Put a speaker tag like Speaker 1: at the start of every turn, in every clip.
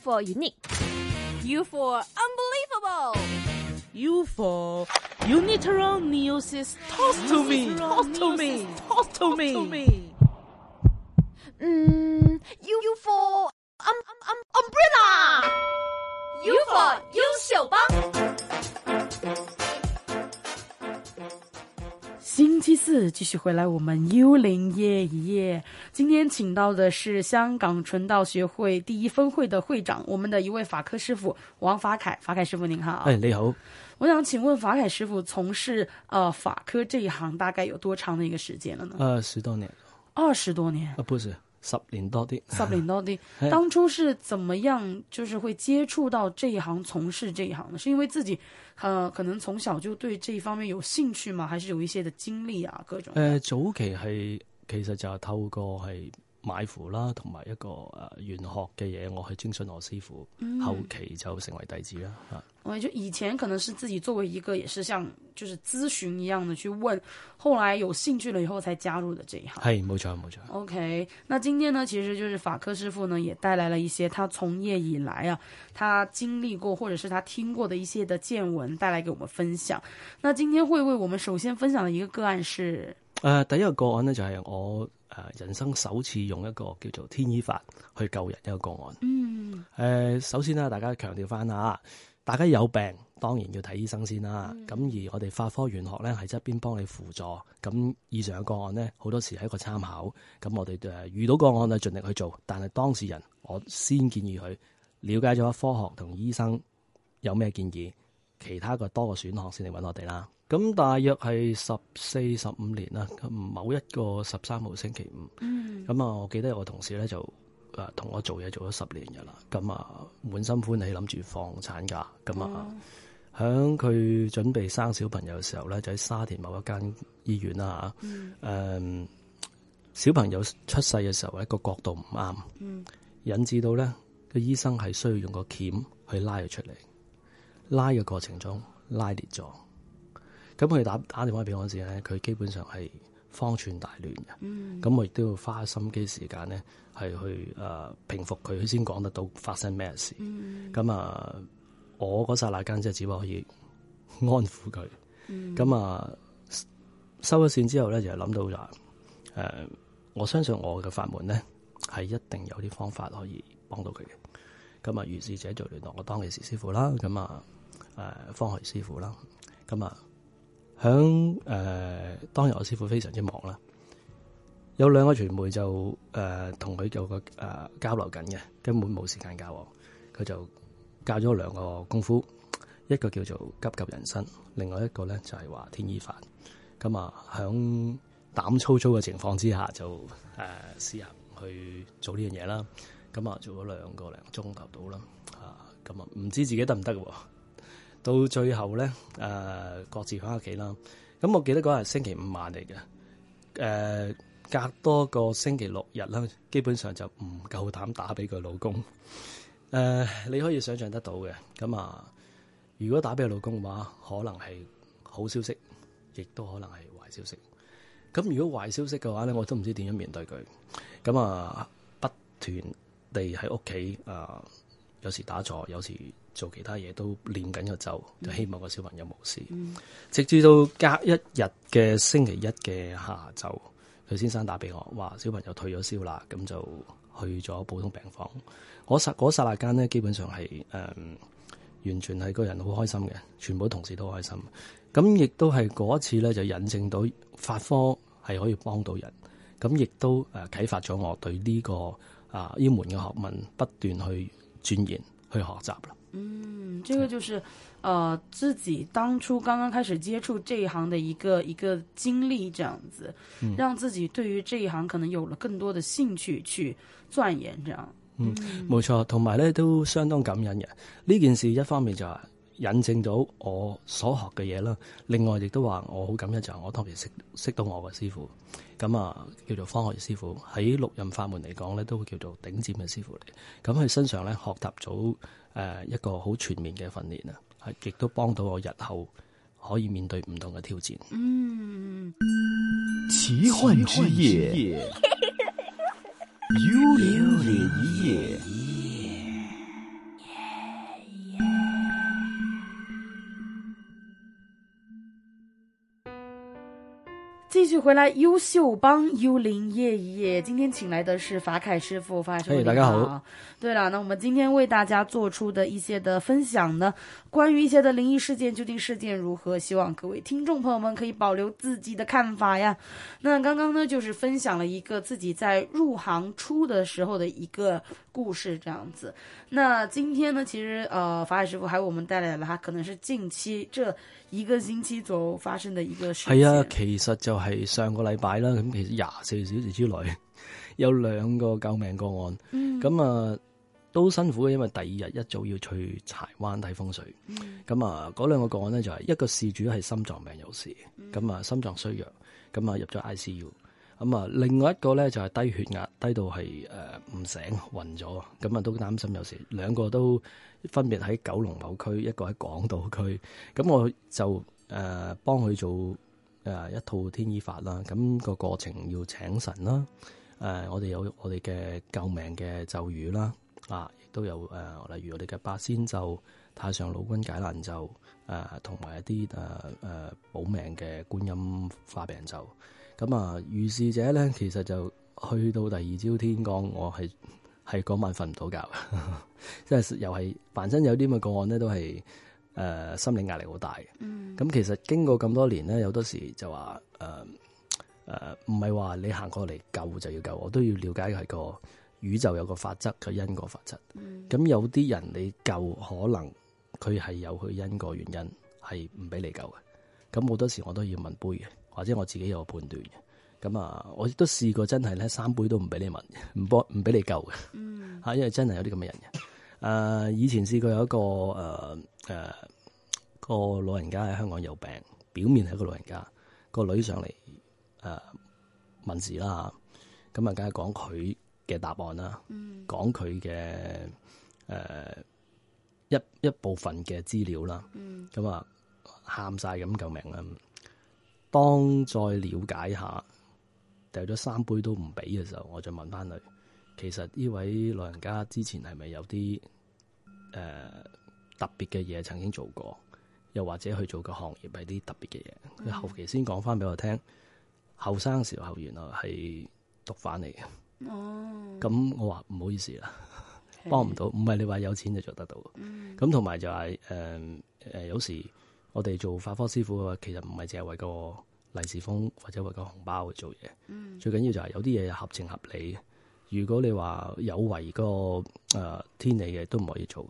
Speaker 1: for unique, U for unbelievable,
Speaker 2: You for uniteral meiosis. Toss to me. Toss to me. Toss to me.
Speaker 1: 嗯，U U Mm, for um um umbrella, U for 优秀帮。
Speaker 2: 星期四继续回来，我们幽灵夜一夜。今天请到的是香港纯道学会第一分会的会长，我们的一位法科师傅王法凯。法凯师傅您好，
Speaker 3: 哎，你好，
Speaker 2: 我想请问法凯师傅从事呃法科这一行大概有多长的一个时间了呢？
Speaker 3: 呃，十多年，
Speaker 2: 二十多年，
Speaker 3: 啊不是，十年多啲，
Speaker 2: 十年到底
Speaker 3: 哎
Speaker 2: 当初是怎么样，就是会接触到这一行，从事这一行呢？是因为自己呃可能从小就对这一方面有兴趣吗？还是有一些的经历啊，各种
Speaker 3: 誒、呃早期係其實就係透過係買符啦，同埋一個誒、呃玄學嘅嘢，我去徵詢我師傅，後期就成為弟子啦。啊
Speaker 2: 我就以前可能是自己作为一个也是像就是咨询一样的去问，后来有兴趣了以后才加入的这一行。
Speaker 3: 係冇錯冇錯，
Speaker 2: OK，那今天呢，其实就是法科师傅呢也带来了一些他从业以来啊，他经历过或者是他听过的一些的见闻，带来给我们分享。那今天会为我们首先分享的一个个案是，
Speaker 3: 誒、呃第一個個案呢，就係、我誒、呃人生首次用一個叫做天醫法去救人一個個案。
Speaker 2: 嗯
Speaker 3: 誒、呃首先啦，大家強調翻啦，大家有病當然要睇醫生先啦。
Speaker 2: 嗯
Speaker 3: 咁、而我哋法科玄學咧係側邊幫你輔助。咁以上嘅個案咧，好多時係一個參考。咁我哋誒、呃遇到個案就盡力去做，但係當事人我先建議佢了解咗科學同醫生有咩建議，其他嘅多個選項先嚟揾我哋啦。咁大約係十四十五年啦，咁某一個十三號星期五。
Speaker 2: 嗯
Speaker 3: 咁啊，我記得有個同事咧就誒啊同我做嘢做咗十年嘅啦，咁啊滿心歡喜諗住放產假，咁啊響佢準備生小朋友嘅時候咧，就喺沙田某一間醫院啦嚇，誒、小朋友出世嘅時候咧個角度唔啱，引致到咧個醫生係需要用個鉗去拉佢出嚟，拉嘅過程中拉裂咗，咁佢打打電話俾我嗰陣時咧，佢基本上係方寸大亂嘅。咁我亦都要花心機時間咧，係去誒、呃平復佢，佢先講得到發生咩事。咁啊、我嗰剎那間即係只不過可以安撫佢。咁啊、收咗線之後咧，就諗到就話誒，我相信我嘅法門咧係一定有啲方法可以幫到佢嘅。咁啊，如是者就聯絡我當其時師傅啦，咁啊誒方學師傅啦，咁啊響誒當日我師傅非常之忙啦。有兩個傳媒就誒同佢有個誒、呃交流緊嘅，根本冇時間教我。佢就教咗我兩個功夫，一個叫做急救人生，另外一個咧就係、話天醫法。咁啊，響膽粗粗嘅情況之下，就誒、呃、試下去做呢樣嘢啦。咁啊，做咗兩個零鐘頭到啦。啊，咁啊，唔知自己得唔得喎？到最後咧，誒、各自翻屋企啦。咁我記得嗰日星期五晚嚟嘅，誒、呃隔多個星期六日啦，基本上就唔夠膽打俾佢老公。 誒、你可以想象得到嘅。咁啊，如果打俾佢老公嘅話，可能係好消息，亦都可能係壞消息。咁如果壞消息嘅話咧，我都唔知點樣面對佢。咁啊，不斷地喺屋企啊，有時打坐，有時做其他嘢，都練緊個咒，就希望個小朋友冇事。直至到隔一日嘅星期一嘅下晝，佢先生打俾我，話小朋友退咗燒啦，咁就去咗普通病房。我剎嗰剎那間咧，基本上係誒、嗯完全係個人好開心嘅，全部同事都好開心。咁亦都係嗰一次咧，就引證到法科係可以幫到人，咁亦都誒啟發咗我對呢、個啊呢門嘅學問不斷去鑽研去學習啦。
Speaker 2: 嗯，这个就是呃自己当初刚刚开始接触这一行的一个一个经历，这样子，让自己对于这一行可能有了更多的兴趣去钻研，这样。
Speaker 3: 冇錯，同埋咧都相當感恩嘅。呢件事一方面就係引證到我所學嘅嘢啦，另外亦都話我好感恩就係我當時識識到我嘅師傅，咁啊叫做方學師傅，喺六任法門嚟講咧都叫做頂尖嘅師傅嚟。咁佢身上咧學習咗誒一個好全面嘅訓練啊，係亦都幫到我日後可以面對唔同嘅挑戰。
Speaker 4: 奇幻之夜，幽灵之夜。
Speaker 2: 继续回来，优秀帮幽灵夜一夜，今天请来的是法凯师傅，法凯师傅、
Speaker 3: 嗯嘿
Speaker 2: 你
Speaker 3: 大家好
Speaker 2: 好。对了，那我们今天为大家做出的一些的分享呢，关于一些的灵异事件，究竟事件如何？希望各位听众朋友们可以保留自己的看法呀。那刚刚呢，就是分享了一个自己在入行初的时候的一个故事，这样子。那今天呢，其实呃，法海师傅还为我们带来了他可能是近期这一个星期左右发生的一个事件。
Speaker 3: 係啊，其實就係上個禮拜啦，咁其實廿四小時之內 有兩個救命個案，咁啊、都辛苦嘅，因為第二日一早要去柴灣睇風水，咁啊嗰兩個個案咧就係、一個事主係心臟病有事，咁啊、心臟衰弱，咁啊入咗 ICU。咁啊，另外一個咧就係、低血壓，低到係誒呃唔醒暈咗，咁啊都擔心有時兩個都分別喺九龍某區，一個喺港島區，咁我就誒、呃、幫佢做誒、呃一套天衣法啦，咁、個過程要請神啦，誒、我哋有我哋嘅救命嘅咒語啦，啊，亦都有誒、呃例如我哋嘅八仙咒、太上老君解難咒，誒同埋一啲誒誒保命嘅觀音化病咒，咁啊遇事者咧其實就去到第二朝天光，我係係嗰晚瞓唔到覺 嘅，即係又係凡身有啲咁嘅個案咧，都係誒、呃心理壓力好大嘅。咁其實經過咁多年咧，有多時就話誒誒，唔係話你行過嚟救就要救，我都要了解係個宇宙有個法則，佢因果法則。咁、有啲人你救，可能佢係有佢因果原因，係唔俾你救嘅。咁好多時我都要問杯嘅，或者我自己有個判斷嘅。咁啊，我亦都試過真係咧，三杯都唔俾你問， 唔幫唔俾你救嘅。嚇，因為真係有啲咁嘅人嘅。誒、以前試過有一個誒誒。呃個老人家喺香港有病，表面係一個老人家，個女上嚟誒、呃、問事啦，咁啊，梗係講佢嘅答案啦，講佢嘅誒一一部分嘅資料啦，咁啊喊晒咁救命啦。當再了解下，掉咗三杯都唔俾嘅時候，我就問翻佢，其實呢位老人家之前係咪有啲誒、呃特別嘅嘢曾經做過？又或者去做嘅行業係啲特別嘅嘢。佢後期先講翻俾我聽，後生時候原來係毒販嚟嘅。哦，咁我話唔好意思啦，幫唔到，唔係你嗯話有錢就做得到。咁同埋就係誒誒，有時我哋做法科師傅嘅話，其實唔係淨係為個利是封或者為個紅包去做嘢。最緊要就係有啲嘢合情合理嘅。如果你話有違個誒、呃天理嘅，都唔可以做。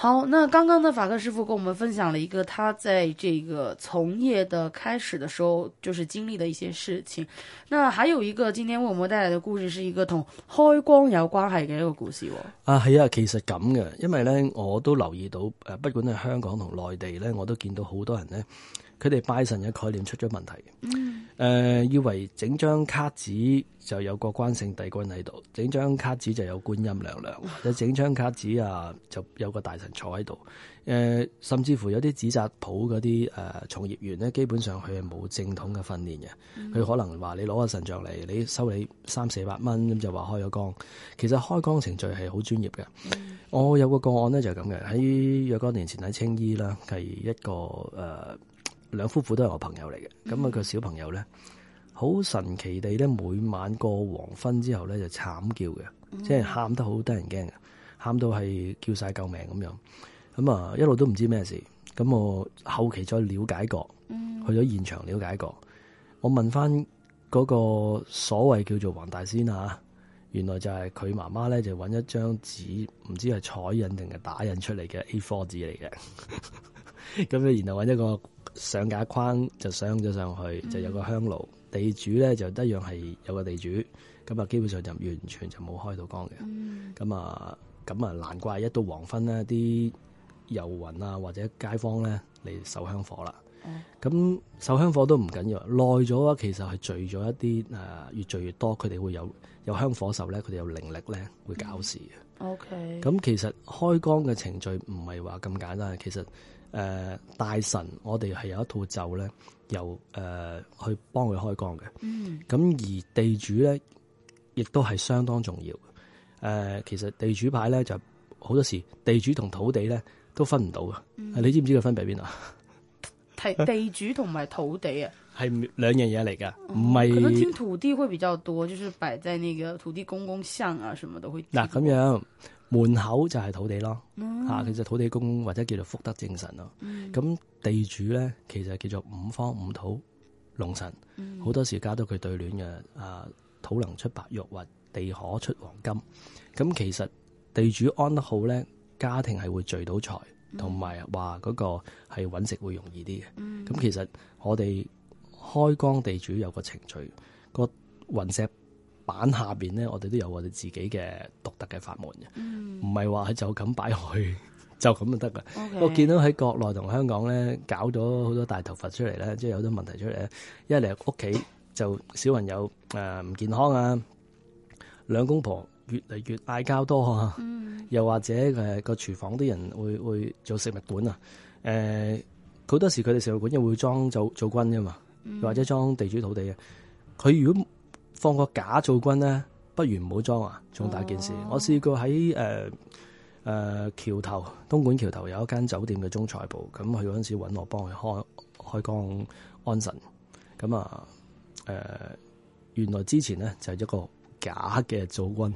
Speaker 2: 好，那刚刚的法克师傅跟我们分享了一个他在这个从业的开始的时候，就是经历的一些事情。那还有一个今天为我们带来的故事，是一个同开光有关系嘅一个故事、哦。
Speaker 3: 啊，係啊，其實咁嘅，因為咧我都留意到，誒、不管係香港同內地咧，我都見到好多人咧，佢哋拜神嘅概念出咗問題。嗯。誒、以為整張卡紙就有個關聖帝君喺度，整張卡紙就有觀音娘娘，或者整張卡紙啊就有個大神坐喺度。誒、甚至乎有啲紙紮鋪嗰啲呃誒從業員咧，基本上佢係冇正統嘅訓練嘅，佢、可能話你攞個神像嚟，你收你三四百蚊咁就話開咗光。其實開光程序係好專業嘅。我有個個案咧就係咁嘅，喺若干年前喺青衣啦，係一個誒、呃、兩夫婦都係我朋友嚟嘅。咁啊個小朋友咧，好神奇地咧，每晚過黃昏之後咧就慘叫嘅，即係喊得好得人驚嘅，喊到係叫晒救命咁樣。咁啊一路都唔知咩事。咁我後期再了解過，去咗現場了解過，我問翻嗰個所謂叫做黃大仙啊。原來就係佢媽媽咧，就揾一張紙，唔知係彩印定係打印出嚟嘅 A4 紙嚟嘅。 咁咧，然後揾一個上架框就上咗上去，就有個香爐。地主咧就一樣係有個地主，咁啊基本上就完全就冇開到光嘅。咁啊咁啊，難怪一到黃昏咧，啲遊魂啊或者街坊咧嚟受香火啦。咁受香火都唔緊要，耐咗啊，其實係聚咗一啲誒、呃越聚越多，佢哋會有有香火受咧，佢哋有靈力咧，會搞事嘅。
Speaker 2: OK，
Speaker 3: 咁、其實開光嘅程序唔係話咁簡單，其實誒、呃大神我哋係有一套咒咧，由誒、呃去幫佢開光嘅。
Speaker 2: 嗯
Speaker 3: 咁而地主咧，亦都係相當重要嘅。誒、其實地主牌咧就好多時地主同土地咧都分唔到嘅。你知唔知佢分別邊啊？
Speaker 2: 地地主同埋土地啊，
Speaker 3: 係兩樣嘢嚟嘅，唔
Speaker 2: 可能聽
Speaker 3: 係
Speaker 2: 土地會比較多，就是擺在那個土地公公像啊，什麼都會。
Speaker 3: 嗱咁，樣門口就係土地咯，嚇佢就土地公或者叫做福德正神咯。咁地主咧其實叫做五方五土龍神，好多時加到佢對聯嘅啊土能出白玉或地可出黃金。咁其實地主安得好咧，家庭係會聚到財，同埋話嗰個係揾食會容易啲嘅。咁、其實我哋開光地主有個程序，個雲石板下邊咧，我哋都有我哋自己嘅獨特嘅法門嘅，唔係話就咁擺落去 就咁就得噶。我見到喺國內同香港咧，搞咗好多大頭佛出嚟咧，即係有好多問題出嚟咧。一嚟屋企就小朋友誒唔健康啊，兩公婆越嚟越嗌交多啊， 又或者誒個廚房啲人會會做食物館啊，誒、好多時佢哋食物館又會裝做做軍噶嘛，或者裝地主土地嘅。啊佢如果放個假做軍咧，不如唔好裝啊，仲大件事。我試過喺誒。誒、橋頭，東莞橋頭有一間酒店嘅中菜部，咁佢嗰陣時揾我幫佢開開光安神，咁啊誒，原來之前咧就係一個假嘅組軍，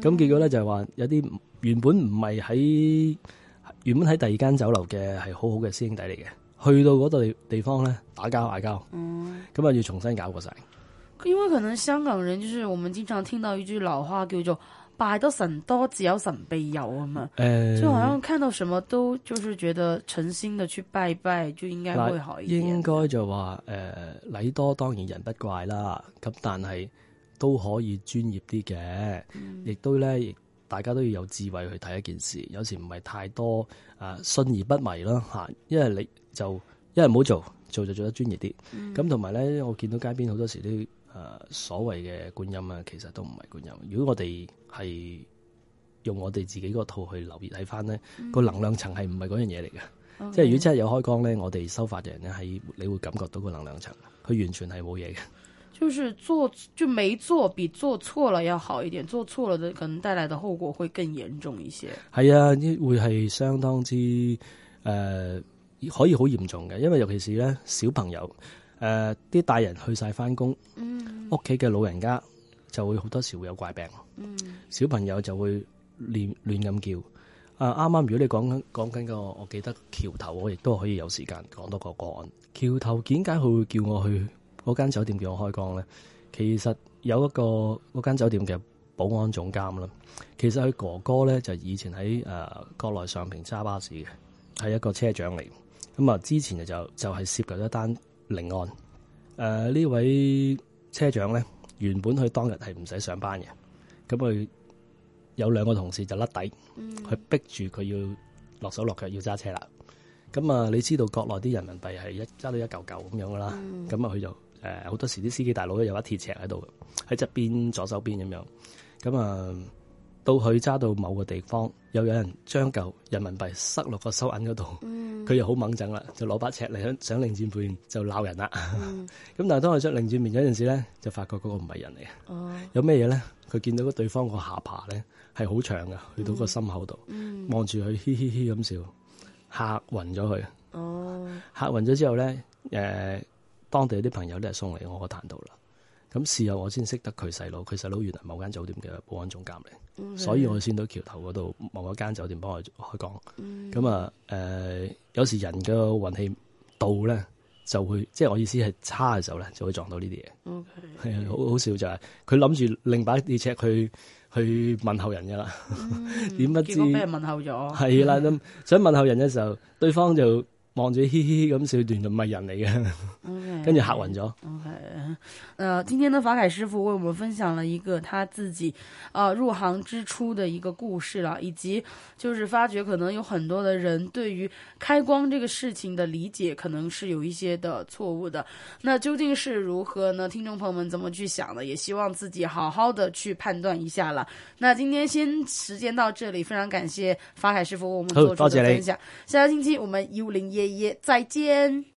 Speaker 3: 咁、結果咧就係話有啲原本唔係喺原本喺第二間酒樓嘅係好好嘅師兄弟嚟嘅，去到嗰度地地方咧打交嗌交，咁啊、要重新搞過晒。
Speaker 2: 因為可能香港人就是我們經常聽到一句老話叫做拜得神多，自有神庇佑啊嘛。
Speaker 3: 誒
Speaker 2: 就好像看到什麼都就是覺得誠心的去拜一拜，就應該會好一
Speaker 3: 應
Speaker 2: 點。
Speaker 3: 該就話誒、呃、禮多當然人不怪啦，咁但係都可以專業啲嘅，
Speaker 2: 嗯
Speaker 3: 亦、都咧，亦大家都要有智慧去睇一件事。有時唔係太多啊、信而不迷啦嚇、因為你就因為唔好做，做就做得專業啲。
Speaker 2: 嗯
Speaker 3: 咁同埋咧，我見到街邊好多時啲誒、呃所謂嘅觀音啊，其實都唔係觀音。如果我哋係用我哋自己嗰套去留意睇翻咧，
Speaker 2: 嗯
Speaker 3: 個能量層係唔係嗰樣嘢嚟嘅。即係如果真係有開光咧，我哋修法嘅人咧係你會感覺到個能量層，佢完全係冇嘢嘅。
Speaker 2: 就是做就沒做，比做錯了要好一點。做錯了的可能帶來的後果會更嚴重一些。
Speaker 3: 係啊，呢會係相當之誒、呃可以好嚴重嘅，因為尤其是咧小朋友誒啲、大人去晒翻工，屋企嘅老人家就會好多時會有怪病，小朋友就會亂亂咁叫。啊，啱啱如果你講緊講緊個，我記得橋頭，我亦都可以有時間講多個個案。橋頭點解佢會叫我去嗰間酒店叫我開光咧？其實有一個嗰間酒店嘅保安總監啦，其實佢哥哥咧就以前喺誒、呃、國內上平揸巴士嘅，係一個車長嚟。咁啊，之前就就係涉及一單靈案。誒、呃呢位車長咧，原本佢當日係唔使上班嘅，咁佢有兩個同事就甩底，佢逼住佢要落手落腳要揸車啦。咁啊，你知道國內啲人民幣係一揸到一嚿嚿咁樣噶啦，咁啊佢就誒好、多時啲司機大佬咧有一鐵尺喺度嘅，喺側邊左手邊咁樣，咁啊到佢揸到某個地方，又有人將嚿人民幣塞落個收銀嗰度，佢、又好猛整啦，就攞把尺嚟想想擰轉面就鬧人啦。 咁、但係當佢想擰轉面嗰陣時咧，就發覺嗰個唔係人嚟嘅。有咩嘢咧？佢見到個對方個下巴咧係好長嘅，去到個心口度，望住佢嘻嘻嘻咁笑，嚇暈咗佢。
Speaker 2: 哦，
Speaker 3: 嚇暈咗之後咧，誒、當地啲朋友咧送嚟我個壇度啦。咁事後我先識得佢細佬，佢細佬原來某間酒店嘅保安總監嚟所以我先到橋頭嗰度某一間酒店幫佢開講。
Speaker 2: 嗯
Speaker 3: 咁啊誒，有時人嘅運氣到咧，就會即係我意思係差嘅時候咧，就會撞到呢啲嘢。
Speaker 2: 嗯
Speaker 3: 係啊，好好笑就係佢諗住另把啲尺去去問候人噶啦， 點不知
Speaker 2: 嗯結果俾人問候咗。
Speaker 3: 係啦，咁想問候人嘅時候，對方就望住嘻嘻咁笑，段就唔係人嚟
Speaker 2: 嗯
Speaker 3: 嘅，跟住嚇暈咗。
Speaker 2: OK，呃，今天呢，法凯师傅为我们分享了一个他自己，呃，入行之初的一个故事了，以及就是发觉可能有很多的人对于开光这个事情的理解可能是有一些的错误的。那究竟是如何呢？听众朋友们怎么去想的？也希望自己好好的去判断一下了。那今天先时间到这里，非常感谢法凯师傅为我们
Speaker 3: 好
Speaker 2: 做出
Speaker 3: 多
Speaker 2: 的
Speaker 3: 谢你
Speaker 2: 分享。下个星期我们幽灵夜夜再见。